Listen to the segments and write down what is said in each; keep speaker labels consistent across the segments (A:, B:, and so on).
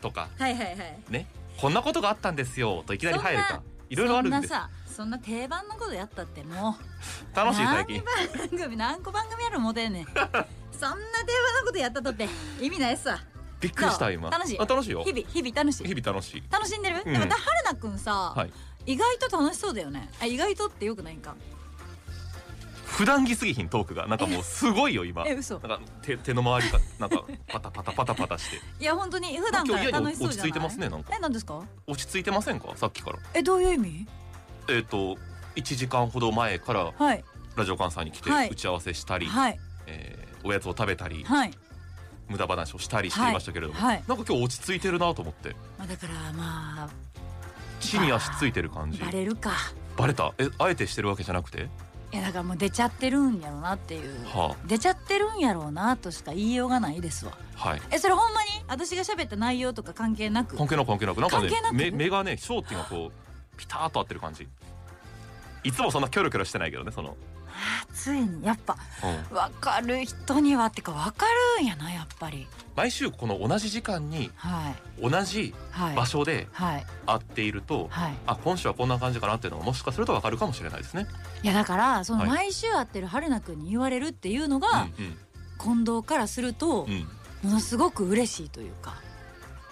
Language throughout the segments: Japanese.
A: とか
B: はいはいはい
A: ねこんなことがあったんですよといきなり入る
B: そん
A: か
B: ない
A: ろいろあるんです
B: そんなさそんな定番のことやったってもう
A: 楽しい最近
B: 何番組何個番組やる思てんねんそんな定番のことやったとって意味ないっすわ
A: びっくりした
B: そう
A: 今
B: 楽しい
A: あ楽しいよ
B: 日々日々楽しい
A: 日々楽しい
B: 楽しんでる、
A: うん
B: でもだ春菜くんさ、
A: はい
B: 意外と楽しそうだよねあ意外とってよくないんか
A: 普段着すぎひんトークがなんかもうすごいよ今
B: え嘘
A: なんか手手の周りがなんかパタパタパタパタして
B: いや本当に普段から楽しそうじゃない
A: 今日家に落ち着いてますねなんか
B: え何ですか
A: 落ち着いてませんかさっきから
B: えどういう意味
A: えっ、と1時間ほど前から
B: はい
A: ラジオ関西に来て
B: はい
A: 打ち合わせしたり、
B: はい
A: えーおやつを食べたり、
B: はい、
A: 無駄話をしたりしていましたけれども、
B: はいはい
A: なんか今日落ち着いてるなと思って
B: まあ、だからまあ
A: 地に足ついてる感じ
B: バレるか
A: バレたえあえてしてるわけじゃなくて
B: いやだからもう出ちゃってるんやろうなっていう、
A: は
B: 出ちゃってるんやろうなとしか言いようがないですわ
A: はい
B: えそれほんまに私が喋った内容とか関係なく
A: 関係なく関係なくなんかね
B: 関係なく
A: 目目がね焦点がこうピターっと合ってる感じいつもそんなキョロキョロしてないけどねその、
B: あついにやっぱ
A: うん
B: 分かる人にはってか分かるんやなやっぱり
A: 毎週この同じ時間に
B: はい
A: 同じ
B: はい
A: 場所で
B: はい
A: 会っていると、
B: はい
A: あ今週はこんな感じかなっていうのがもしかするとわかるかもしれないですね。
B: いやだからその
A: はい
B: 毎週会ってる春菜くんに言われるっていうのが、
A: うん
B: 近藤からすると
A: うんうん、
B: ものすごく嬉しいというか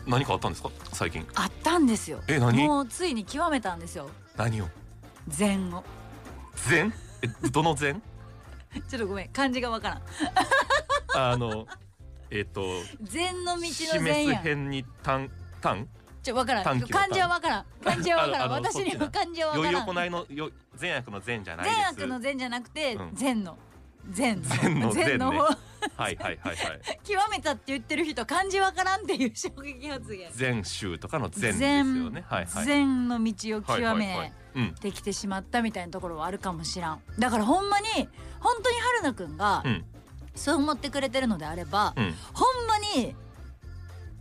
A: 何かあったんですか最近
B: あったんですよ
A: え何
B: もうついに極めたんですよ
A: 何を
B: 禅を
A: 禅えどの禅
B: ちょっとごめん漢字がわからん
A: あのえっ、と
B: 禅の道の禅
A: 示す
B: やん
A: 辺に単単
B: ちょわからん
A: 短
B: 漢
A: 期の短
B: 字はわからん漢字はわからん
A: あのあ の
B: 私に
A: そ
B: は
A: っち
B: 漢字はわ
A: 余
B: から
A: 裕行
B: ん
A: いのよ善悪の善じゃない
B: 善
A: です
B: 悪の善じゃなくて
A: うん
B: 禅の禅
A: 禅の
B: 禅の
A: ね
B: 方
A: はいはいはいはい
B: 極めたって言ってる人漢字わからんっていう衝撃発言
A: 禅宗とかの禅ですよ
B: 禅
A: ねはいはい
B: 禅の道を極め、
A: はいはいはいうん
B: できてしまったみたいなところはあるかもしらんだからほんまに本当に春菜くんが
A: うん
B: そう思ってくれてるのであれば、
A: うん
B: ほんまに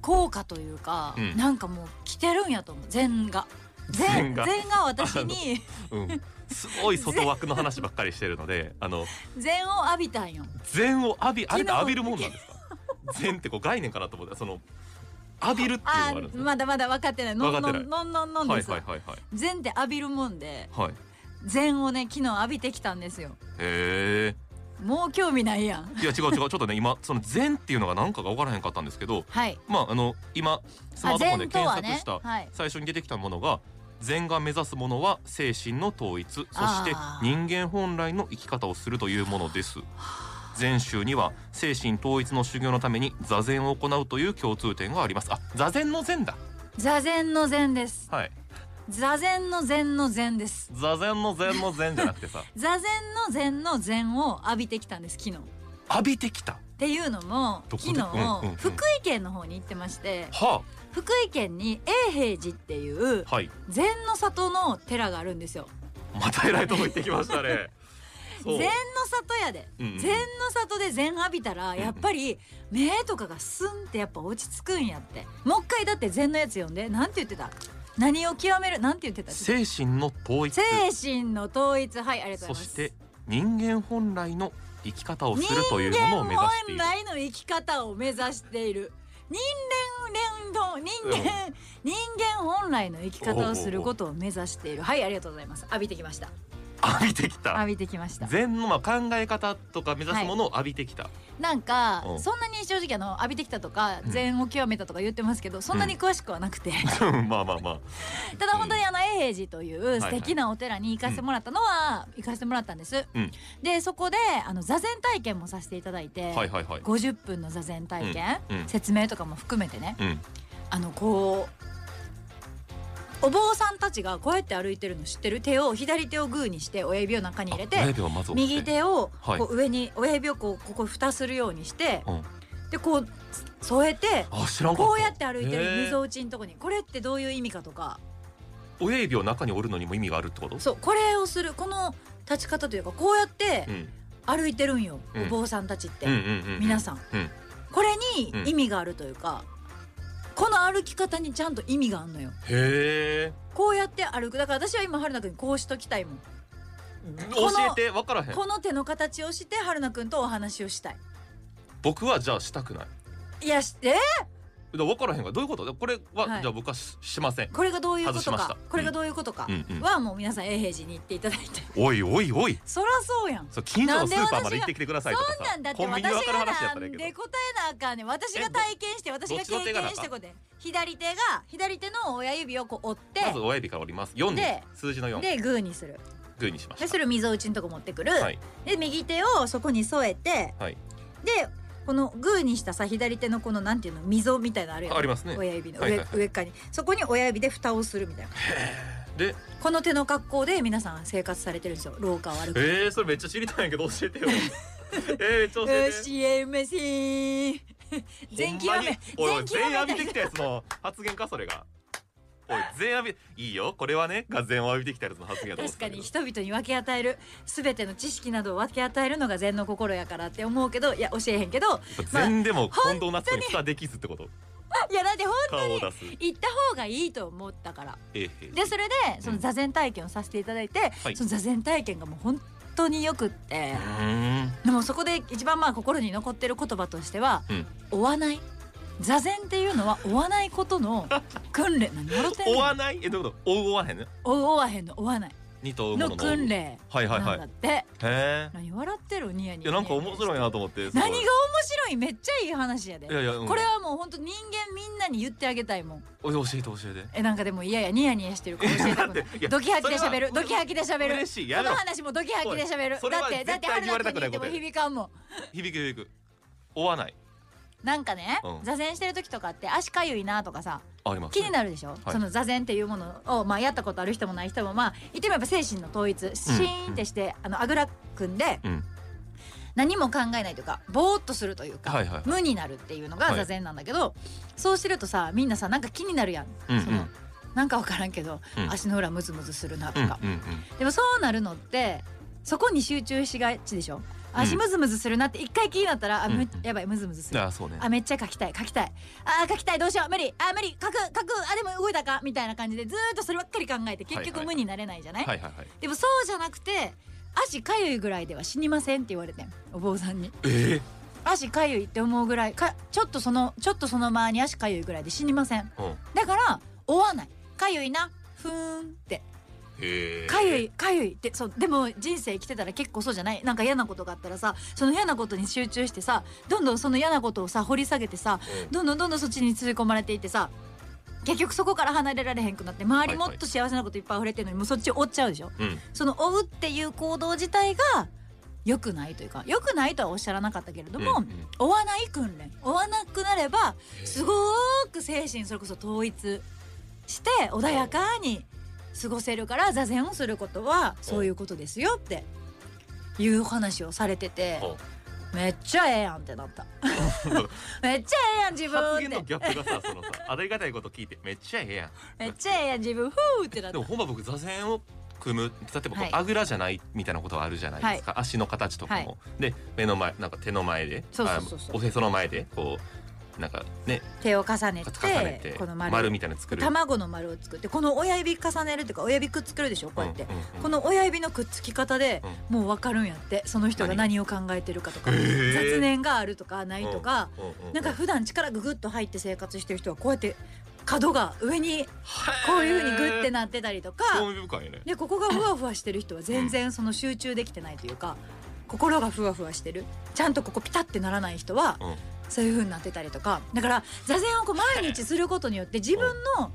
B: 効果というか、
A: うん
B: なんかもう来てるんやと思う禅が禅
A: 禅
B: が
A: が
B: が私に
A: うんすごい外枠の話ばっかりしてるのであの
B: 禅を浴びたんよ
A: 禅を浴びあれっ
B: 昨
A: て
B: 日
A: 浴びるもんなんです か禅ってこう概念かなと思ってその浴びるっていうのがあ
B: あ
A: るんですね
B: まだまだ分かってないのんの
A: 分かって
B: ん
A: ない
B: のんのんのん
A: はい
B: です、
A: はいはいはい
B: 禅って浴びるもんで
A: はい
B: 禅をね昨日浴びてきたんですよ
A: へえ
B: もう興味ないやん
A: いや違う違うちょっとね今その善っていうのが何かが分からへんかったんですけど
B: はい
A: まああの今スマートフォンで検索した、
B: はい
A: 最初に出てきたものが禅が目指すものは精神の統一そして
B: あー
A: 人間本来の生き方をするというものです禅宗には精神統一の修行のために座禅を行うという共通点がありますあ座禅の禅だ
B: 座禅の禅です
A: はい
B: 座禅の禅の禅です
A: 座禅の禅の禅じゃなく てさ
B: 座禅の禅の禅を浴びてきたんです昨日っ
A: 浴びてきた
B: ていうのも
A: ど
B: 昨日
A: こでうんうんうん
B: 福井県の方に行ってまして
A: は
B: 福井県に永平寺っていう
A: あはい
B: 禅の里の寺があるんですよ
A: またえらいとこ行ってきました ね
B: 禅
A: そう
B: の里やで
A: うんうん
B: 禅の里で禅浴びたらやっぱり目とかがスンってやっぱ落ち着くんやってもう一回だって禅のやつ読んでなんて言ってた何を極めるなんて言ってた精
A: 精神の統一
B: 神の統一はいありがとうご
A: そ
B: ざいます
A: して人間本来の生き方をするという
B: 人
A: ものを
B: 間
A: 目指して
B: 本
A: いる
B: 来の生き方を目指している人間連動人間、人間本来の生き方をすることを目指しているはいありがとうございます浴びてきました
A: 浴びてきた
B: 浴びてきました
A: 禅のまあ考え方とか目指すものを浴びて きた、
B: なんか
A: うん
B: そんなに正直あの浴びてきたとか
A: うん
B: 禅を極めたとか言ってますけどそんなに詳しくはなくて
A: まあまあ まあ
B: ただ本当にあの永平寺という素敵なお寺に行かせてもらったのは行かせてもらったんです
A: うん
B: でそこであの座禅体験もさせていただいて
A: はいはいはい
B: 50分の座禅体験
A: うんうん
B: 説明とかも含めてね
A: うん
B: あのこうお坊さんたちがこうやって歩いてるの知ってる手を左手をグーにして親指を中に入れて
A: あ親指をまず折って
B: 右手を
A: はい
B: こう上に親指をこうここ蓋するようにして、
A: うん
B: でこう添えて
A: あ知らんか
B: こうやって歩いてるみぞ
A: へ
B: おちんとこにこれってどういう意味かとか
A: ー親指を中に折るのにも意味があるってこと
B: そうこれをするこの立ち方というかこうやって
A: ん
B: 歩いてるんよ、
A: うん
B: お坊さんたちって、
A: うんうんうんうん
B: 皆さん、
A: うん
B: これに意味があるというか、この歩き方にちゃんと意味があるのよ
A: へえ
B: こうやって歩くだから私は今春菜くんにこうしときたいもん
A: 教
B: この
A: えて分からへん
B: この手の形をして春菜くんとお話をしたい
A: 僕はじゃあしたくない
B: いやして
A: だから分からへんがどういうことこれは、
B: はい
A: じゃあ僕はししません
B: これがどういうこ
A: 外し
B: と
A: ました
B: かこれがどういうことか
A: うんうん
B: はもう皆さん永平寺に行っていただいて
A: おいおいおい
B: そらそうやん
A: そう近所のスーパーまで行ってきてくださいとかさ
B: そんなんだって
A: コンビニで分
B: 私
A: かる
B: が
A: 話やっ
B: な
A: たらい
B: ん
A: いけ
B: で
A: ど
B: 答えなあかんねん私が体験して私が
A: どっちの
B: 経
A: 手が
B: 験
A: なあかん
B: してことで左手が左手の親指をこう折
A: まず
B: っ
A: 親指から折ります4に
B: で
A: 数字の4
B: てでグーにする
A: グーにしまし
B: で
A: た
B: それを溝打ちのとこ持ってくる、
A: はい
B: で右手をそこに添えて
A: はい
B: でこのグーにしたさ左手のこのなんていうの溝みたいなのあるよ、ね、
A: ありますね
B: 親指の上,、
A: はいはいはい
B: 上っ側にそこに親指で蓋をするみたいな
A: で
B: この手の格好で皆さん生活されてるんですよ廊下を歩く
A: えー、それめっちゃ知りたいんやけど教え てよえー、めっちゃ教えて
B: 教えません全極め
A: ほんまにおいおい
B: 全極
A: 全
B: め
A: 浴びてきたやつの発言かそれがおい全浴びいいよこれはねが全を浴びてきたやつの発言やと思っ
B: 確
A: て
B: か
A: たけど
B: に人々に分け与える全ての知識などを分け与えるのが禅の心やからって思うけどいや教えへんけどまあ
A: 全でも近藤夏子に蓋できずってこと
B: いやだってほん
A: 顔を出す
B: 行った方がいいと思ったから
A: ええ
B: でそれでその座禅体験をさせていただいて、
A: はい
B: その座禅体験がもう本当によくって
A: う、ーん
B: でもそこで一番まあ心に残ってる言葉としては
A: うん
B: 「追わない」座禅っていうのは追わないことの訓練 何笑ってん
A: 追
B: の
A: わないえどういうこと追う追わへんね
B: 追う追わへんの追わない
A: 二頭追うも
B: の
A: のの追う
B: 訓練
A: はいはい
B: な
A: は
B: ん
A: い
B: だ
A: へ
B: って、
A: え
B: 何笑ってるニヤニ
A: いや
B: ヤ
A: なんか面白いなと思ってすご
B: 何
A: い
B: が面白いめっちゃいい話やで
A: いやいや、うん
B: これはもう本当人間みんなに言ってあげたいもん
A: おい教えて教え
B: えなんかでもいやいやニヤニヤしてる子教えてく
A: て
B: る
A: いや
B: ドキハキで喋る
A: それ
B: ド
A: は
B: キハキで喋る
A: 嬉しいや
B: そ
A: め
B: の
A: ろ
B: 話もドキハキで喋る
A: それ
B: だ
A: は
B: ってだって
A: 絶対
B: 春
A: に言われ
B: 菜
A: た
B: くんに
A: くな
B: っ
A: い
B: ても
A: ことや
B: 響かんもん
A: 響く響く追わない
B: なんかね、
A: うん
B: 座禅してる時とかって足かゆいなとかさ
A: あります
B: 気になるでしょ、
A: い
B: その座禅っていうものを、まあ、やったことある人もない人もまあ言ってみれば精神の統一シーンってして、あのあぐら組んで
A: うん
B: 何も考えないというかぼーっとするというか、
A: はいはいはい
B: 無になるっていうの
A: は
B: が
A: い
B: 座禅なんだけど、そうしてるとさみんなさなんか気になるやん、
A: うんうん
B: そのなんかわからんけど、
A: うん
B: 足の裏ムズムズするなと
A: うんうん
B: か、
A: うん
B: でもそうなるのってそこに集中しがちでしょ足ムズムズするなって一回気になったら、あむ
A: うんうん
B: やばいムズムズす
A: うん
B: る
A: あそうね
B: あめっちゃ書きたい書きたいあー書きたいどうしよう無理あー無理書く書くあでも動いたかみたいな感じでずーっとそればっかり考えて結
A: はいは
B: 局
A: い
B: 無になれないじゃない,、
A: はいはいはい
B: でもそうじゃなくて足かゆいぐらいでは死にませんって言われてんお坊さんに
A: ええ
B: 足かゆいって思うぐらいかちょっとそのちょっとその間に足かゆいぐらいで死にません
A: うん
B: だから追わないかゆいなふーんって
A: へえ
B: かゆいかゆいってそうでも人生生きてたら結構そうじゃないなんか嫌なことがあったらさその嫌なことに集中してさどんどんその嫌なことをさ掘り下げてさどんどんどんどんそっちに吸い込まれていってさ結局そこから離れられへんくなって周りもっと幸せなこといっぱい溢れてるのにもうそっちを追っちゃうでしょ
A: うん
B: その追うっていう行動自体が良くないというか良くないとはおっしゃらなかったけれども、
A: うんうん
B: 追わない訓練追わなくなればすごーく精神それこそ統一して穏やかに過ごせるから座禅をすることはそういうことですよっていう話をされてて
A: ほう
B: めっちゃええやんってな っためっちゃええやん自分っ
A: 発
B: て
A: 言のギャップがさそのさありがたいこと聞いてめっちゃええ やん
B: めっちゃええやん自分ふーってなった
A: でもほんま僕座禅を組む例えばこ
B: は
A: う
B: い
A: あぐらじゃないみたいなことはあるじゃないですか、足の形とかも、で目の前なんか手の前で
B: そうそうそうそう
A: あおへその前でこうなんかね
B: 手を重ねて
A: 重ねて
B: この
A: 丸
B: 丸
A: みたいなの作る
B: 卵の丸を作ってこの親指重ねるっていうか親指くっつけるでしょこうやって、
A: うんうんうん
B: この親指のくっつき方でもう分かるんやってその人が何を考えてるかとか
A: 何がへー
B: 雑念があるとかないとか、
A: うんうんうん
B: なんか普段力がぐぐっと入って生活してる人はこうやって角が上にこういうふうにグッてなってたりとか
A: 興味深いね
B: でここがふわふわしてる人は全然その集中できてないというか心がふわふわしてるちゃんとここピタってならない人は
A: うん
B: そういう風になってたりとかだから座禅をこう毎日することによって自分の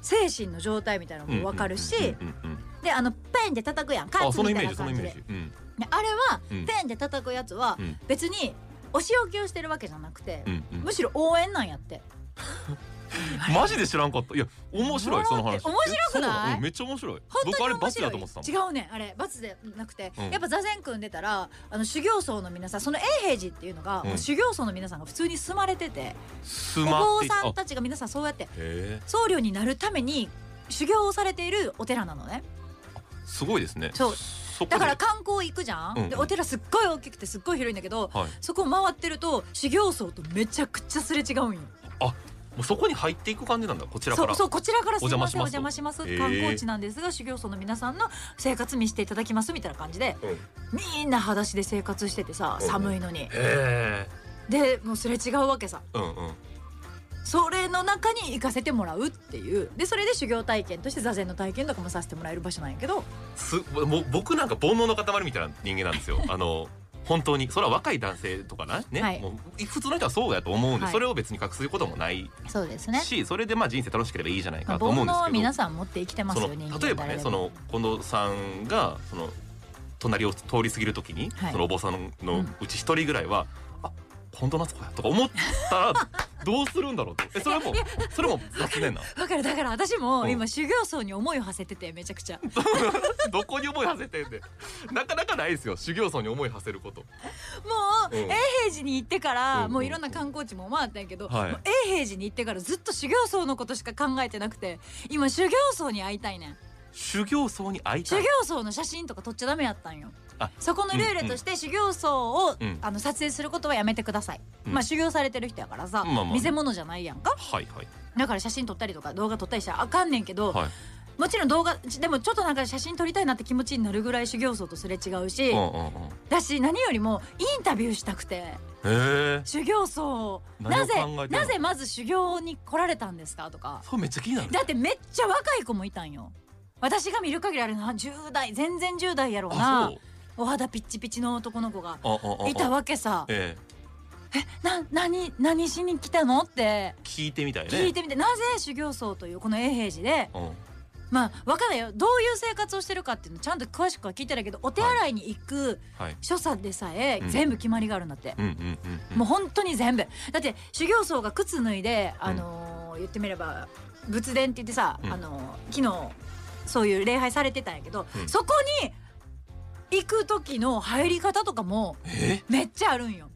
B: 精神の状態みたいなのも分かるし
A: うんうんうんうん
B: であのペンで叩くやんカ
A: あ
B: ッツ
A: その
B: み
A: イ
B: た
A: メ
B: いな
A: ージそのイ
B: 感じ
A: メ
B: で
A: ージうん
B: であれは
A: うん
B: ペンで叩くやつは
A: うん
B: 別にお仕置きをしてるわけじゃなくて
A: うんうん
B: むしろ応援なんやって
A: マジで知らんかったいや面白いその話
B: 面白くない
A: えそうのうんめっちゃ面白い
B: 本
A: 僕あ
B: 当に
A: れ
B: 面
A: バツ
B: 白
A: だ
B: い
A: と思ってたもん
B: 違うねあれ罰でなくて、
A: うん
B: やっぱ座禅組んでたらあの修行僧の皆さんその永平寺っていうのが、
A: うん
B: もう修行僧の皆さんが普通に住まれてて
A: す
B: お
A: まっ
B: 坊
A: て言っ
B: さ
A: たあ
B: んたちが皆さんそうやって
A: へえ
B: 僧侶になるために修行をされているお寺なのね
A: すごいですね
B: そう
A: そこで
B: だから観光行くじゃん、
A: うん
B: でお寺すっごい大きくてすっごい広いんだけど
A: はい
B: そこを回ってると修行僧とめちゃくちゃすれ違うんよ
A: もうそこに入っていく感じなんだこちらか
B: そう
A: ら
B: そうこちらからすみませんお
A: お
B: 邪
A: 邪
B: 魔
A: 魔
B: し
A: し
B: ま
A: ますす
B: 観光地なんですが、修行僧の皆さんの生活見していただきますみたいな感じで、
A: うん
B: みんな裸足で生活しててさ
A: うん
B: 寒いのに、
A: へえ
B: でもうすれ違うわけさ
A: うんうん
B: それの中に行かせてもらうっていうでそれで修行体験として座禅の体験とかもさせてもらえる場所なんやけど
A: すもう僕なんか煩悩の塊みたいな人間なん ですよあの本当にそれは若い男性とかなね、
B: はい
A: もう普通の人はそうやと思うんで、
B: はい
A: それを別に隠すこともない
B: そうですね、
A: しそれでまあ人生楽しければいいじゃないか
B: まあ、
A: な
B: 煩
A: と思うん
B: 悩
A: です
B: は
A: けど、
B: 皆さん持って生きてますよ
A: その
B: 人間
A: 例えばね
B: 誰で
A: そ
B: も
A: の近藤さんがその隣を通り過ぎるときに、
B: はい
A: そのお坊さん
B: う
A: の
B: ん
A: うち一人ぐらいは、あ近藤夏子やとか思っ たらどうするんだろうとえそれもそれも雑念なの
B: だからだから私も
A: うん
B: 今修行僧に思いを馳せててめちゃくちゃ
A: どこに思い馳せてんでなかなかないですよ修行僧に思い馳せること。
B: もう
A: うん
B: 永平寺に行ってから、
A: うん
B: もういろんな観光地も回ったんやけど、
A: はい
B: もう永平寺に行ってからずっと修行僧のことしか考えてなくて今修行僧に会いたいねん
A: 修行僧に会い
B: 修
A: たい
B: 行僧の写真とか撮っちゃダメやったんよ
A: あ
B: そこのルールとして修行僧を、
A: うん
B: あの撮影することはやめてください、
A: うん
B: まあ修行されてる人やからさ、
A: まあまあね
B: 見せ物じゃないやんか
A: はいはい
B: だから写真撮ったりとか動画撮ったりしたらあかんねんけど、
A: はい
B: もちろん動画でもちょっとなんか写真撮りたいなって気持ちになるぐらい修行僧とすれ違うし、
A: うんうんうん
B: だし何よりもインタビューしたくて
A: へえ
B: 修行僧
A: 何
B: な
A: を
B: ぜ
A: 考えてんの
B: なぜまず修行に来られたんですかとか
A: そうめっちゃ気になる
B: だってめっちゃ若い子もいたんよ私が見る限りあれな10代全然10代やろう
A: あ
B: なお肌ピッチピチの男の子が
A: そうああああ
B: いたわけさ
A: ええ
B: な何何しに来たのって
A: 聞いてみたいね
B: 聞いてみて、なぜ修行僧というこの永平寺で
A: うん
B: まあ若だよどういう生活をしてるかっていうのちゃんと詳しくは聞いてないけどお手洗いに行く
A: はい
B: 所作でさえ
A: うん
B: 全部決まりがあるんだって、
A: うんうんうんうん
B: もう本当に全部だって修行僧が靴脱いで、あのー言ってみれば仏殿って言ってさ、
A: うん
B: あのー昨日そういう礼拝されてたんやけど、
A: うん
B: そこに行く時の入り方とかも
A: え
B: めっちゃあるんよ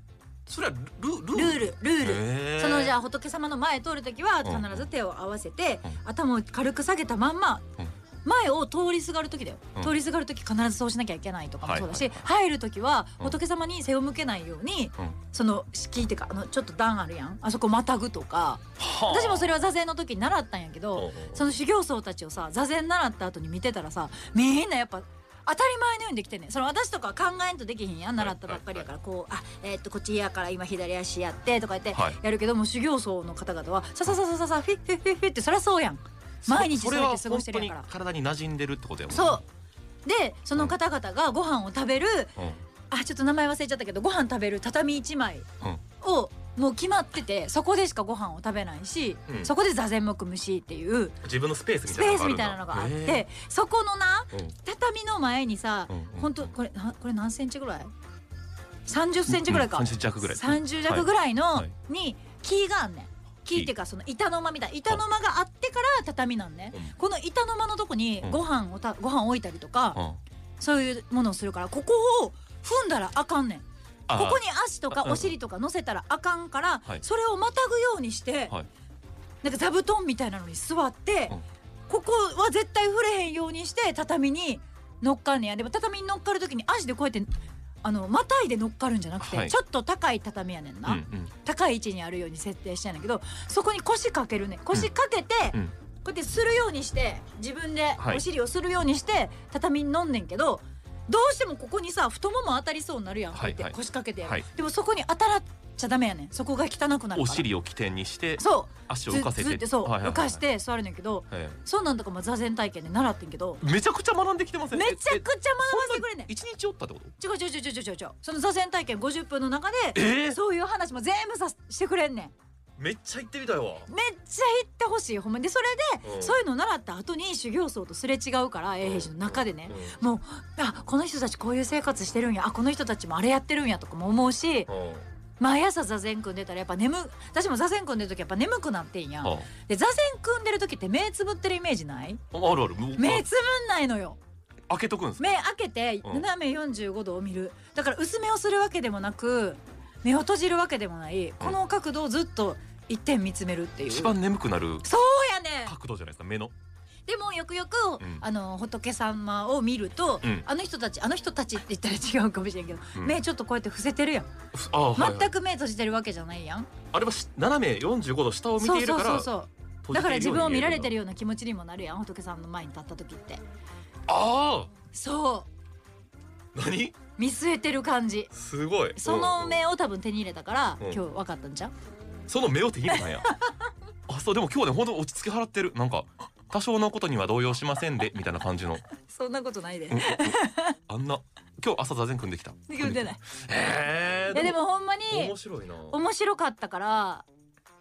A: それはルル
B: ルールルール。
A: へえ
B: そのじゃあ仏様の前通る時は
A: うん
B: 必ず手を合わせて、
A: うん
B: 頭を軽く下げたまんま、
A: うん
B: 前を通りすがる時だよ、
A: うん
B: 通りすがる時必ずそうしなきゃいけないとかもそうだし、
A: はいはい
B: 入る時は仏様に背を向けないように、
A: うん
B: その敷居っていうかあのちょっと段あるやんあそこまたぐとか
A: はあ
B: 私もそれは座禅の時に習ったんやけ
A: うんう
B: ど、
A: んうん
B: その修行僧たちをさ座禅習った後に見てたらさみんなやっぱ当たり前のようにできてんねんその私とかは考えんとできひんやん習ったばっかりやからこう「あえーっとこっちやから今左足やって」とか言って
A: はい
B: やるけども修行僧の方々はささささささフィッフィッフィッフィッってそりゃそうやん毎日そうやって過ごしてるんやから
A: それは本当に体に馴染んでるってことやもんね
B: そうでその方々がご飯を食べる
A: うん
B: あちょっと名前忘れちゃったけどご飯食べる畳一枚をもう決まっててそこでしかご飯を食べないし、
A: うん
B: そこで座禅も組むしっていう
A: 自分のスペースみ
B: ス
A: たい
B: ペ
A: な
B: ースみたいなのがあってそこのな畳の前にさ、本当これなこれ何センチぐらい30センチぐらいか、
A: 三十弱ぐらい
B: 30弱ぐらいの、
A: はい
B: に木があんねん木っていうかその板の間みたい板の間があってから畳なんね、
A: うん
B: この板の間のとこに
A: うん
B: ご飯をたご飯置いたりとか、
A: うん
B: そういうものをするからここを踏んだらあかんねん
A: あ
B: ここに足とか
A: あうん
B: お尻とか乗せたらあかんから、
A: はい
B: それをまたぐようにして、
A: はい
B: なんか座布団みたいなのに座って、
A: うん
B: ここは絶対触れへんようにして畳に乗っかんねやでも畳に乗っかる時に足でこうやってあのまたいで乗っかるんじゃなくて、
A: はい
B: ちょっと高い畳やねんな、
A: うんうん
B: 高い位置にあるように設定してんだけどそこに腰かけるね腰かけて、
A: うんうん
B: こうやってするようにして自分で
A: はい
B: お尻をするようにして畳に乗んねんけど、どうしてもここにさ太もも当たりそうになるやん、
A: はいはい
B: こうやって腰掛けて、
A: はい
B: でもそこに当たらっちゃダメやねんそこが汚くなるから
A: お尻を起点にして
B: そう
A: 足を
B: ず
A: 浮かせ
B: ず
A: て
B: ってそう、
A: はいはいはい
B: 浮かして座るねんけど
A: え
B: そうなんとかも座禅体験で習ってんけど
A: えめちゃくちゃ学んできてません
B: めちゃくちゃ学ばせてくれんねん
A: 一日おったってこと
B: 違う違う違う違う違う違うその座禅体験50分の中で
A: ええ
B: そういう話も全部さしてくれんねん
A: めっちゃ行ってみたいわ、
B: めっちゃ行ってほしいほんまにでそれ
A: うん
B: でそういうの習った後に修行僧とすれ違うから永平寺の中でね、もうあこの人たちこういう生活してるんやあこの人たちもあれやってるんやとかも思うし
A: うんうん
B: 毎朝座禅組んでたらやっぱ眠私も座禅組んでる時やっぱ眠くなってんやん
A: あ
B: で座禅組んでる時って目つぶってるイメージない
A: あるあるもう
B: 目つぶんないのよ
A: 開けとくんですか
B: 目開けて
A: うん
B: 斜め45度を見るだから薄めをするわけでもなく目を閉じるわけでもないこの角度をずっと一点見つめるっていう
A: 一
B: そう
A: 番眠くなる
B: やねん
A: 角度じゃないですか目の
B: でもよくよく、
A: うん
B: あの仏様を見ると、
A: うん
B: あの人たちあの人たちって言ったら違うかもしれんけど、
A: うん
B: 目ちょっとこうやって伏せてるやん、
A: ああ、はいはい
B: 全く目閉じてるわけじゃないやん、
A: あれはし斜め45度下を見
B: そう
A: ている
B: そ
A: か
B: うそ
A: ら
B: うそう
A: 閉
B: だから
A: じてい
B: 自
A: よう
B: 分を
A: に
B: 見
A: 見え
B: ら
A: るん
B: れ
A: だ
B: てるような気持ちにもなるやん仏さんの前に立った時って
A: あ
B: そ
A: あ何
B: う見据えてる感じ
A: すごい
B: その目を多分手に入れたから、
A: うん
B: 今日分かったんじゃん
A: その目を手に入れたんや あそうでも今日ね本当落ち着き払ってるなんか多少のことには動揺しませんでみたいな感じの
B: そんなことないで
A: うんうんうんあんな今日朝座禅組んできた
B: 組んでない
A: え
B: い やでもほんまに
A: 面白いな
B: 面白かったから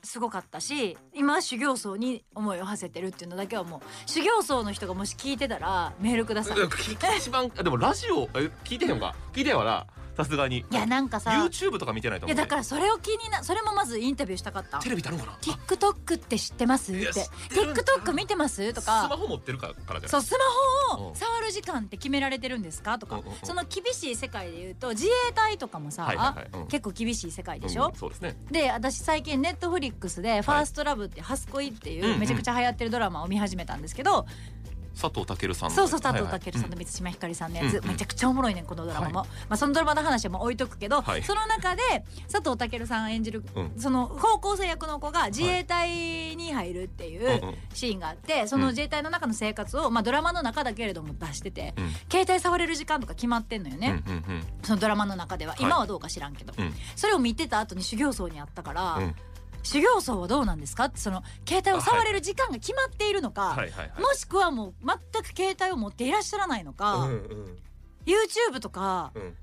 B: すごかったし今は修行僧に思いを馳せてるっていうのだけはもう修行僧の人がもし聞いてたらメールください
A: うんき一番あでもラジオえ聞いてへんのか聞いてへんわなさすがに
B: いやなんかさ
A: YouTube とか見てないと
B: い
A: 思
B: や
A: う
B: だからそれを気になそれもまずインタビューしたかった
A: テレビってあるのかなあ
B: TikTok って知ってますっ
A: い
B: て
A: や知ってるんだ
B: TikTok 見てますと
A: スマ
B: か
A: ホ持ってるからからじゃ
B: そうスマホ
A: う
B: を
A: ん
B: 触る時間って決められてるんですかと
A: う
B: か
A: んうんうん
B: その厳しい世界で言うと自衛隊とかも
A: ないはい
B: さ
A: はいはいうん
B: 結構厳しい世界でし
A: う
B: ょ
A: んそうですね
B: で私最近ネットフリックスで「ファーストラブって「ハスコイ」って
A: うん
B: い
A: うん
B: うめちゃくちゃ流行ってるドラマを見始めたんですけど、
A: 佐藤健さんの
B: そうそう佐
A: はい
B: 藤
A: はい
B: 健さんと
A: う
B: 満島ひかりさんのやつ、
A: うんうん
B: めちゃくちゃおもろいねんこのドラマも、
A: は
B: まあ、そのドラマの話はもう置いとくけど、
A: はい
B: その中で佐藤健さん演じる、
A: うん
B: その高校生役の子が自衛隊に入るっていう。
A: うんうん
B: シーンがあってその自衛隊の中の生活を、まあ、ドラマの中だけれども出してて、
A: うん
B: 携帯触れる時間とか決まってんのよね、
A: うんうんうん
B: そのドラマの中では
A: はい
B: 今はどうか知らんけど、
A: うん
B: それを見てた後に修行僧に会ったから、
A: うん
B: 修行僧はどうなんですかってその携帯を触れる時間が決まっているのか、
A: はいはいはい
B: もしくはもう全く携帯を持っていらっしゃらないのか、
A: うんうん
B: YouTube とか
A: うん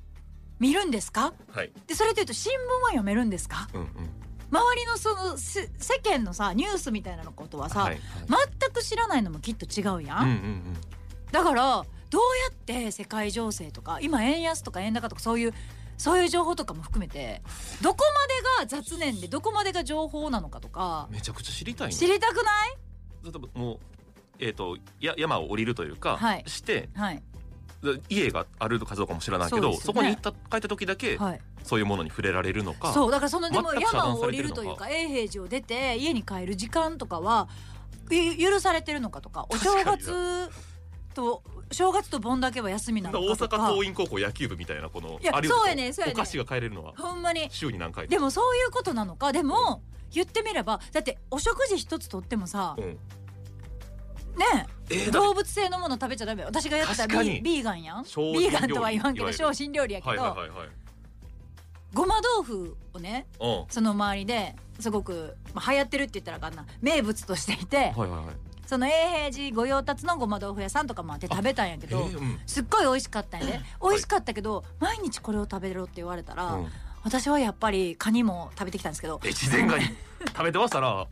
B: 見るんですか
A: はい
B: でそれというと新聞は読めるんですか
A: うんうん
B: 周りのそのせ世間のさニュースみたいなのことはさ、
A: はい
B: 全く知らないのもきっと違うや
A: うん
B: ん、
A: うんうん
B: だからどうやって世界情勢とか今円安とか円高とかそういうそういう情報とかも含めてどこまでが雑念でどこまでが情報なのかとか
A: めちゃくちゃ知りたいね
B: 知りたくない
A: 例えばもうえっ、とや山を降りるというか、
B: はい
A: して
B: はい
A: で家があるかどうかも知らないけ
B: そう
A: ど
B: で
A: そ,、
B: すよね
A: こに行った帰った時だけ、
B: はい
A: そういうものに触れられるのか
B: そうだからそのでも
A: 全く遮
B: 山
A: 断
B: を
A: さ
B: 降
A: れて
B: りる
A: るの
B: と
A: か
B: いうか永平寺を出て家に帰る時間とかはい許されてるのかとかお正
A: 確か
B: 月と正月と盆だけは休みな
A: なん
B: の
A: か大
B: かとか
A: 阪桐蔭高校野球部みたいなこの
B: いや
A: ありうると
B: そうやねそうやね
A: お菓子が買えれるのは
B: ほんまに
A: 週に何回
B: でもそういうことなのかでも言ってみればだってお食事一つとってもさ
A: う、ん、
B: ね
A: えー
B: え
A: だ
B: 動物性のもの食べちゃダメよ私がやってた
A: 確かに
B: ビビーガンやんビ
A: 精進料理
B: ーガンとは言わんけ
A: いわ
B: ど
A: ゆる
B: 精進料理やけど、
A: はいはいはいはい
B: ごま豆腐をね
A: う
B: その周りですごく、まあ、流行ってるって言ったらあかんな名物としていて
A: んはいはいはい
B: その永平寺御用達のごま豆腐屋さんとかもあって食べたんやけ
A: え
B: ど、
A: ーうん
B: すっごい美味しかったんやで美味しかったけど、毎日これを食べろって言われたら、
A: うん、
B: 私はやっぱりカニも食べてきたんですけど
A: 越前ガニ食べてましたな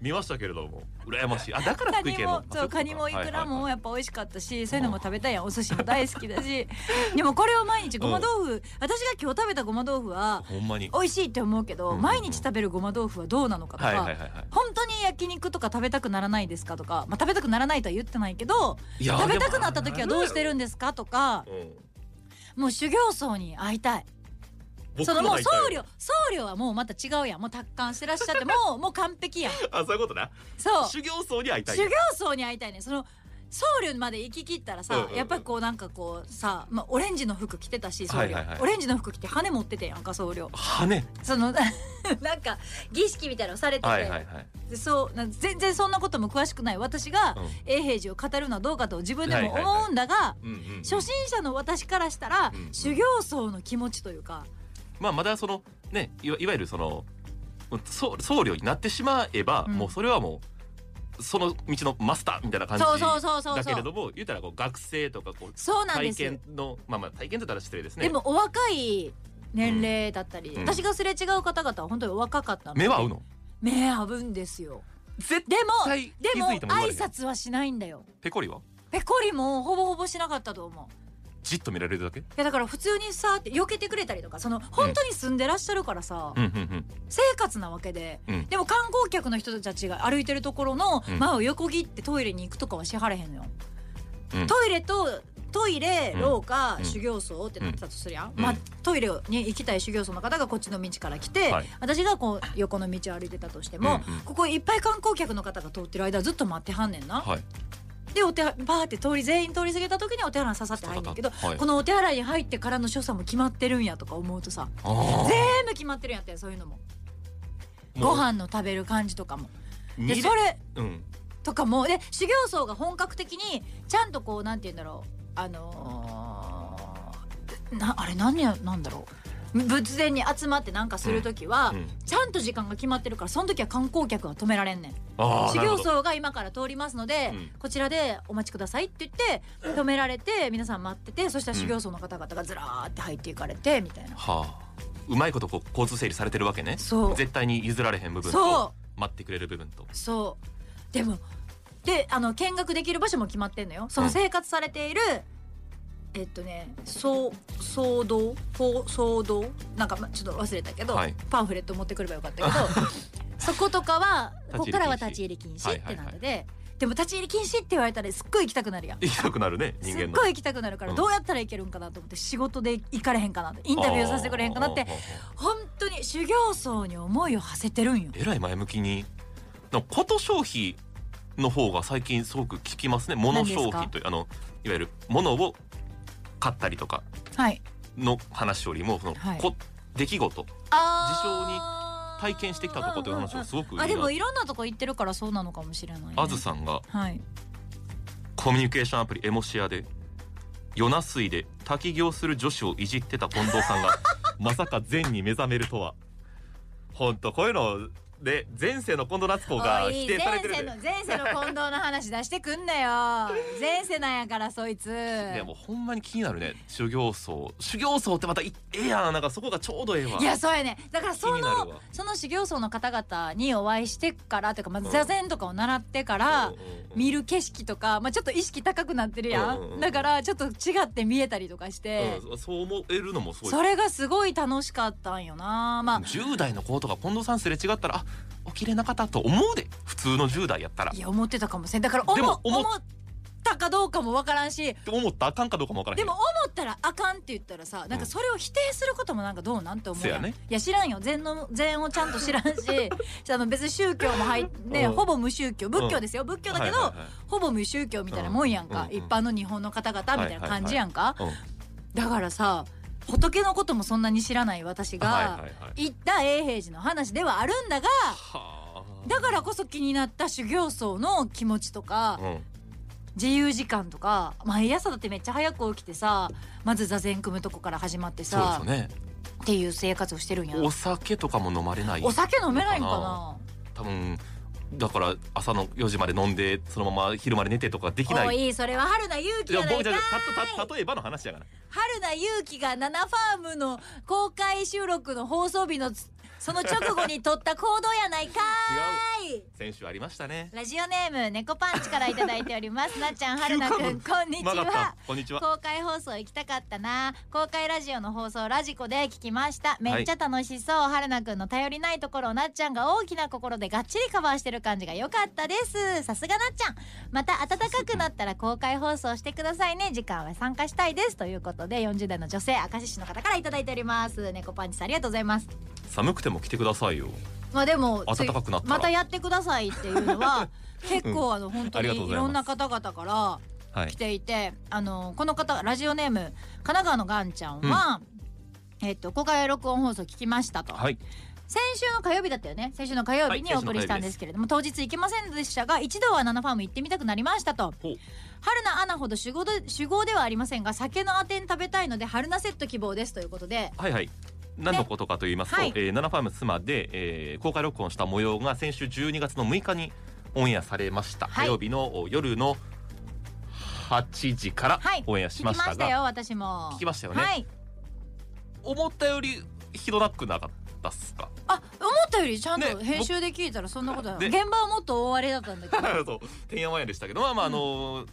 A: 見ましたけれども羨ましいあだから
B: カ
A: 福井
B: ニ
A: 県の
B: もそうカニもイクラも
A: や
B: やっぱ美味しかったしそういうのも食べたいやんお寿司も大好きだしでもこれを毎日ごま豆腐私が今日食べたごま豆腐は
A: ほんまに
B: 美味しいって思うけ
A: うん
B: ど
A: うん
B: 毎日食べるごま豆腐はどうなのかと
A: はいはいはい
B: か
A: はい
B: 本当に焼肉とか食べたくならないですかとかまあ食べたくならないとは言ってないけど
A: いや
B: 食べたくなった時はどうしてる
A: ん
B: んですかとか
A: うん
B: もう修行僧に会いたい
A: 僕
B: そのもう
A: が痛い
B: 僧侶僧侶はもうまた違うやんもう達観してらっしゃ ってもうもう完璧やん
A: あそういうことな
B: そう
A: 修行僧に会いたい
B: 修行僧に会いたいねその僧侶まで行き切ったらさ、
A: うんうんうん
B: やっぱりこうなんかこうさ、まあ、オレンジの服着てたし僧侶、
A: はいはいはい
B: オレンジの服着て羽持っててやんか僧侶
A: 羽
B: その なんか儀式みたいなのされてて、
A: はいはいはい
B: でそうな全然そんなことも詳しくない私が
A: うん
B: 永平寺を語るのはどうかと自分でも思うんだが、
A: うんうんうん
B: 初心者の私からしたら、
A: うんうん
B: 修行僧の気持ちというか
A: まあまだそのねいわいわゆるその僧僧侶になってしまえば、
B: うん
A: もうそれはもうその道のマスターみたいな感じ
B: そうそうそうそうそう
A: だけれども言ったらこう学生とかこう
B: そうなんで
A: 体
B: す
A: 験のまあまあ体験だったら失礼ですね
B: でもお若い年齢だったり、
A: うん
B: 私がすれ違う方々は本当にお若かったので
A: 目は合うの
B: 目合うんですよ
A: 絶
B: でも
A: 対
B: で
A: 気
B: も
A: づいても言わ
B: 挨
A: れへん
B: 拶はしないんだよ
A: ペコリは
B: ペコリもほぼほぼしなかったと思う
A: じっと見られるだけ
B: いやだから普通にさーって避けてくれたりとかその本当に住んでらっしゃるからさ、
A: うんうん
B: 生活なわけで、
A: うん
B: でも観光客の人たちが歩いてるところの
A: うん
B: 前を横切ってトイレに行くとかはしはれへんのよ、
A: うん
B: トイレとトイレ
A: うん
B: 廊下、
A: うん
B: 修行僧ってなってたとすりゃ、
A: うん
B: まあ、トイレに行きたい修行僧の方がこっちの道から来て、
A: はい
B: 私がこう横の道を歩いてたとしても、
A: うんうん
B: ここいっぱい観光客の方が通ってる間ずっと待ってはんねんな、
A: はい
B: でお手はバーって通り全員通り過ぎた時にお手洗い刺さって入んねんけど、
A: はい
B: このお手洗いに入ってからの所作も決まってるんやとか思うとさ
A: あ
B: 全部決まってるんやってそういうのも
A: ーも
B: ご
A: う
B: 飯の食べる感じとかも
A: 見
B: で
A: れ
B: それ
A: うん
B: とかもで修行僧が本格的にちゃんとこうなんて言うんだろうあのーなあれ何やなんだろう仏前に集まってなんかする時は、
A: うん
B: ちゃんと時間が決まってるからその時は観光客は止められんねん
A: あー
B: 修
A: なる
B: 行
A: ほど
B: 僧が今から通りますので、
A: うん
B: こちらでお待ちくださいって言って止められて皆さん待っててそしたら修行僧の方々がずらーって入っていかれてみたいな、
A: はあうまいことこう交通整理されてるわけね
B: そう
A: 絶対に譲られへん部分
B: そう
A: と待ってくれる部分と
B: そうでもであの見学できる場所も決まってんのよそうの
A: ん
B: 生活されている、えっとねそう騒動こう騒動なんかまちょっと忘れたけど、
A: はい
B: パンフレット持ってくればよかったけどそことかはこ
A: 立
B: こ
A: ち入り禁止
B: からは立ち入り禁止ってなので、でも立ち入り禁止って言われたらすっごい行きたくなるやん。
A: 行きたくなるね
B: すっ
A: 人間の
B: ごい行きたくなるから
A: うん
B: どうやったらいけるんかなと思って仕事で行かれへんかなってインタビューさせてくれへんかなって
A: あー
B: 本当に修行僧に思いを馳せてるんよ。
A: えらい前向きになんかこと消費の方が最近すごく聞きますね物消費というあのいわゆる物を買ったりとか
B: はい、
A: の話よりもその、
B: はい
A: こ出来事
B: あー
A: 体験してきたとこっていう話はすごくいいな
B: あでもいろんなとこ行ってるからそうなのかもしれない、ね、
A: あずさんが
B: はい
A: コミュニケーションアプリエモシアで夜なすいで滝行する女子をいじってた近藤さ んがまさか善に目覚めるとは本当こういうので前世の近藤夏子が
B: おい
A: 否定されてる
B: 前世
A: んで
B: の前世の近藤の話出してくん なよ前世なんやからそいつ
A: いやもうほんまに気になるね修行僧修行僧ってまたいええやんなんかそこがちょうどええわ
B: いやそうやねだからそ
A: 気になる
B: の
A: わ
B: その修行僧の方々にお会いしてからというかまず座禅とかを習ってから、
A: うんうんうん
B: 見る景色とか、まあ、ちょっと意識高くなってるやん,、
A: うんうんうん
B: だからちょっと違って見えたりとかして、
A: うんそう思えるのもすごい
B: それがすごい楽しかったんよなまあ
A: 10代の子とか近藤さんすれ違ったらあ起きれなかったと思うで普通の10代やったらっ
B: いや思ってたかもしれんだから思
A: でも思っ
B: 思ったかどうかもわからんして
A: 思ったらあかんかどうかもわからへん
B: でも思ったらあかんって言ったらさなんかそれを否定することもなんかどうなんて思うやん
A: せやね
B: いや知らんよ禅の禅をちゃんと知らん しあの別に宗教も入っね
A: うん
B: ほぼ無宗教仏教ですよ仏教だけど、
A: はいはいはい
B: ほぼ無宗教みたいなもんやんか、
A: うんう
B: 一
A: ん
B: 般の日本の方々みたいな感じやんか、
A: うん
B: だからさ仏のこともそんなに知らない私が、
A: はいはいはい
B: 行った永平寺の話ではあるんだが
A: はあ
B: だからこそ気になった修行僧の気持ちとか、
A: うん
B: 自由時間とか毎朝だってめっちゃ早く起きてさまず座禅組むとこから始まって
A: そうです
B: さ、
A: よね
B: っていう生活をしてるんや
A: お酒とかも飲まれない
B: お酒飲めないんかな
A: のかな多分だから朝の4時まで飲んでそのまま昼まで寝てとかできな
B: お
A: い
B: いそれは春菜勇気
A: い
B: じ
A: や
B: ゃないか
A: 僕じゃなくてたた例えばの話やから
B: 春菜勇気が「ナナファーム」の公開収録の放送日のつその直後に取った行動やないかーい
A: 先週ありましたね
B: ラジオネーム猫パンチからいただいておりますなっちゃんはるなくんこんにち
A: 曲がった
B: は
A: こんにちは
B: 公開放送行きたかったな公開ラジオの放送ラジコで聞きましためっちゃ楽しそう、はるなくんの頼りないところをなっちゃんが大きな心でがっちりカバーしてる感じが良かったですさすがなっちゃんまた暖かくなったら公開放送してくださいね時間は参加したいですということで40代の女性明石市の方からいただいております猫パンチさんありがとうございます
A: 寒くても来てくださいよ
B: まあでも
A: 暖かくなったら
B: またやってくださいっていうの は結構あの本当
A: あり
B: に
A: がとうご
B: い
A: ざいます
B: ろんな方々から
A: は
B: 来
A: い
B: ていてあのこの方ラジオネーム神奈川のガンちゃんは、えっと公開録音放送聞きましたと、
A: はい
B: 先週の火曜日だったよね先週の火曜日
A: は
B: に
A: い
B: お送りしたんですけれども、当日行けませんでしたが一度は7ファーム行ってみたくなりましたと
A: ほう
B: 春菜アナほど酒豪で酒豪ではありませんが酒のあてに食べたいので春菜セット希望ですということで
A: はいはい何のことかと言いますと、
B: はい
A: えー、ナナファーム妻で、えー、公開録音した模様が先週12月の6日にオンエアされました、
B: はい
A: 火曜日のお夜の8時から
B: はい
A: オンエアし
B: 聞
A: ま
B: き
A: し
B: ま
A: た
B: した
A: が、
B: よ私も
A: 聞きましたよね
B: はい
A: 思ったよりひどなくなかったっすか
B: あ思ったよりちゃんと
A: ね
B: 編集で聞いたらそんなことない
A: で
B: 現場はもっと大荒れだったんだ けど
A: そうてんやわんやでしたけどまあまああのー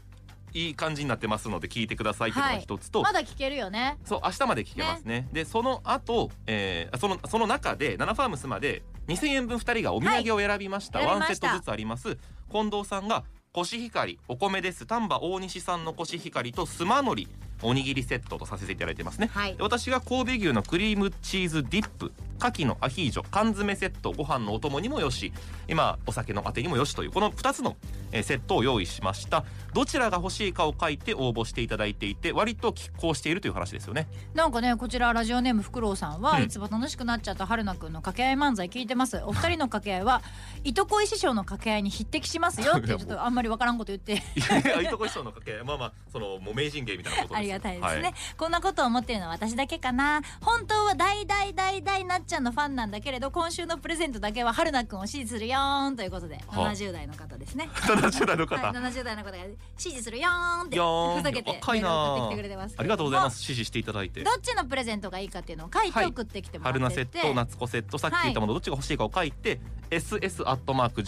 A: いい感じになってますので聞いてくださいっていうのが一つと、
B: まだ聞けるよね
A: そう明日まで聞けますねでその後、えー、そのその中でナナファームスまで2000円分2人がお土産を選びました,、
B: はい選び
A: ワ
B: ま
A: ンセ
B: し
A: ッ
B: た
A: トずつあります近藤さんがコシヒカリお米です丹波大西産のコシヒカリとスマのりおにぎりセットとさせていただいてますね
B: はい
A: で私が神戸牛のクリームチーズディップ牡蠣のアヒージョ缶詰セットご飯のお供にもよし今お酒のあてにもよしというこの2つのえーセットを用意しましたどちらが欲しいかを書いて応募していただいていて割と拮抗しているという話ですよね
B: なんかねこちらラジオネームふくろうさんは、
A: うん
B: いつも楽しくなっちゃった春菜くんの掛け合い漫才聞いてます お二人の掛け合いはいとこい師匠の掛け合いに匹敵しますよってちょっとあんまりわからんこと言って
A: いやいやいとこ師匠の掛けまあまあそのもう名人芸みたいなことですよ
B: ありがたいですね、
A: は
B: こんなことを思ってるのは私だけかな本当は大大大大なっちゃんのファンなんだけれど今週のプレゼントだけは春菜くんを支持するよーんということで
A: はあ
B: 70代の方ですね
A: 70代の方、
B: はい、70代の方が支持するよーんって
A: いやー
B: ふざけて
A: 若いな
B: メール送
A: ー
B: ってきてくれてます
A: ありがとうございますす支持していただいて
B: どっちのプレゼントがいいかっていうのを書いて送ってきてもらってて、
A: 春菜セット夏子セットさっき言ったものどっちが欲しいかを書いて、ss アットマーク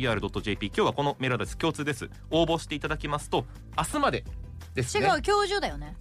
A: jocr.jp 今日はこのメールアドレス共通です応募していただきますと明日までです
B: 違
A: ね
B: う教授だよね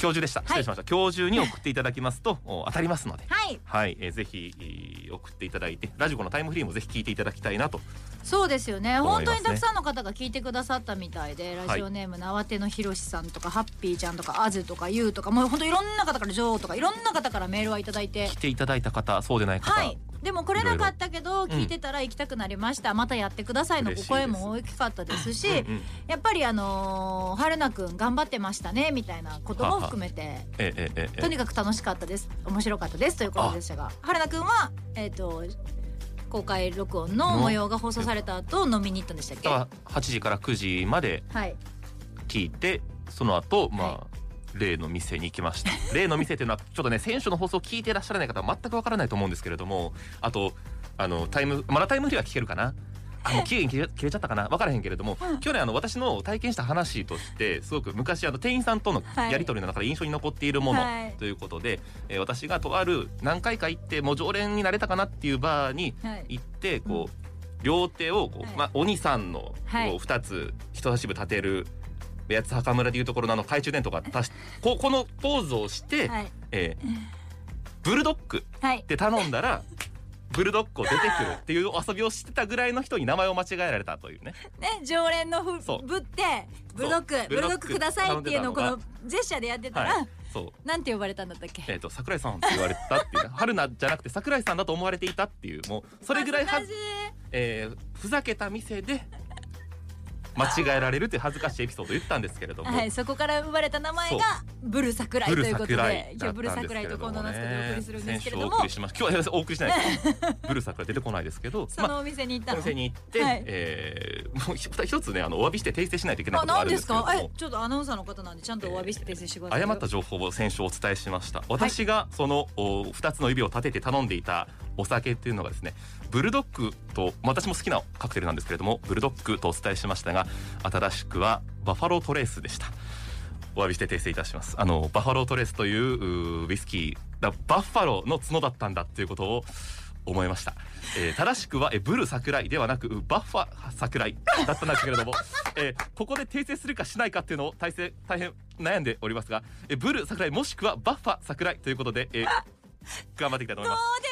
A: 今日中でした失礼しました、今日中に送っていただきますと お当たりますので
B: はい
A: はい、えーぜひえー送っていただいてラジコのタイムフリーもぜひ聞いていただきたいなと
B: そうですよね
A: 思いま
B: 本
A: すね
B: 当にたくさんの方が聞いてくださったみたいでラジオネーム縄手のひろしさんとか、ハッピーちゃんとかあずとかゆうとかもう本当いろんな方から女王とかいろんな方からメールはいただいて
A: 来ていただいた方そうでない方、
B: はいでも来れなかったけど
A: いろ
B: 聞いてたら行きたくなりました、またやってくださいのお
A: 嬉しい
B: 声
A: です
B: も大きかったですし
A: うんうん
B: やっぱりあのー春菜くん頑張ってましたねみたいなことも含めて
A: えーえーえーえー
B: とにかく楽しかったです面白かったですということでしたが春菜くんはえっ、と公開録音の模様が放送された後飲みに行ったんでしたっけ
A: だから8時から9時まで
B: はい
A: 聞いてその後まあ、
B: は
A: 例の店に行きま した例の店っていうのはちょっとね選手の放送を聞いてらっしゃらない方は全くわからないと思うんですけれどもあとあのタイムまだタイムフリーは聞けるかなあの期限切れ切れちゃったかなわからへんけれども、去年あの私の体験した話としてすごく昔あの店員さんとの
B: はい
A: やり取りの中で印象に残っているもの
B: はい
A: ということで、えー私がとある何回か行ってもう常連になれたかなっていうバーに
B: はい
A: 行ってこう両手をこう、
B: はい
A: まあ、鬼さんの
B: はい
A: こう2つ人差し指立てる八つ墓村でいうところのあの懐中電灯が足しこうこのポーズをして、
B: はい
A: えーブルドッグっ
B: はい
A: て頼んだらブルドッグを出てくるっていう遊びをしてたぐらいの人に名前を間違えられた というね
B: ね常連のふ
A: そう
B: ぶってブロック
A: そう
B: ブロックくださいっていうのをこ
A: 頼
B: の
A: んで
B: ジェスチャーでやってたら、
A: はいそう
B: なんて呼ばれたんだったっけ、
A: えー、と桜井さんって言われてたっていうね春菜じゃなくて桜井さんだと思われていたっていうもうそれぐらいは
B: 恥ずかし
A: えーふざけた店で間違えられるという恥ずかしいエピソードを言ったんですけれども、
B: はい、そこから生まれた名前がブル桜井と
A: ブル
B: いうこと
A: 桜
B: で今日
A: 井だった
B: ブ
A: ん
B: ル
A: です
B: 桜
A: け
B: 井
A: れ
B: と
A: ど
B: 近
A: も
B: 藤夏子で
A: ね
B: お送りするんですけれど
A: 先週お
B: も
A: 送りしました今日はお送りしないですブル桜井出てこないですけ ど、
B: そ
A: まあ
B: のお店に行った
A: お
B: の、
A: 店に行って、
B: はい
A: えーもうひ一つねあのお詫びして訂正しないといけな
B: あ
A: いことがあ
B: 何
A: るん
B: で
A: ですすけれど
B: かえ
A: も
B: ちょっとアナウンサーの方なんでちゃんとお詫びして訂正してくださいよ、
A: 誤った情報を先週お伝えしました私がそのお2つの指を立てて頼んでいたお酒っていうのがですねブルドッグとまあ私も好きなカクテルなんですけれどもブルドッグとお伝えしましたが新しくはバファロートレースでしたお詫びして訂正いたしますあのバファロートレースといううーウイスキーだバッファローの角だったんだっていうことを思いました、えー正しくはえーブル桜井ではなくバッファ桜井だったんですけれども、 えーここで訂正するかしないかっていうのを大変大変悩んでおりますがえーブル桜井もしくはバッファ桜井ということで、えー頑張っていきたいと思います
B: どうで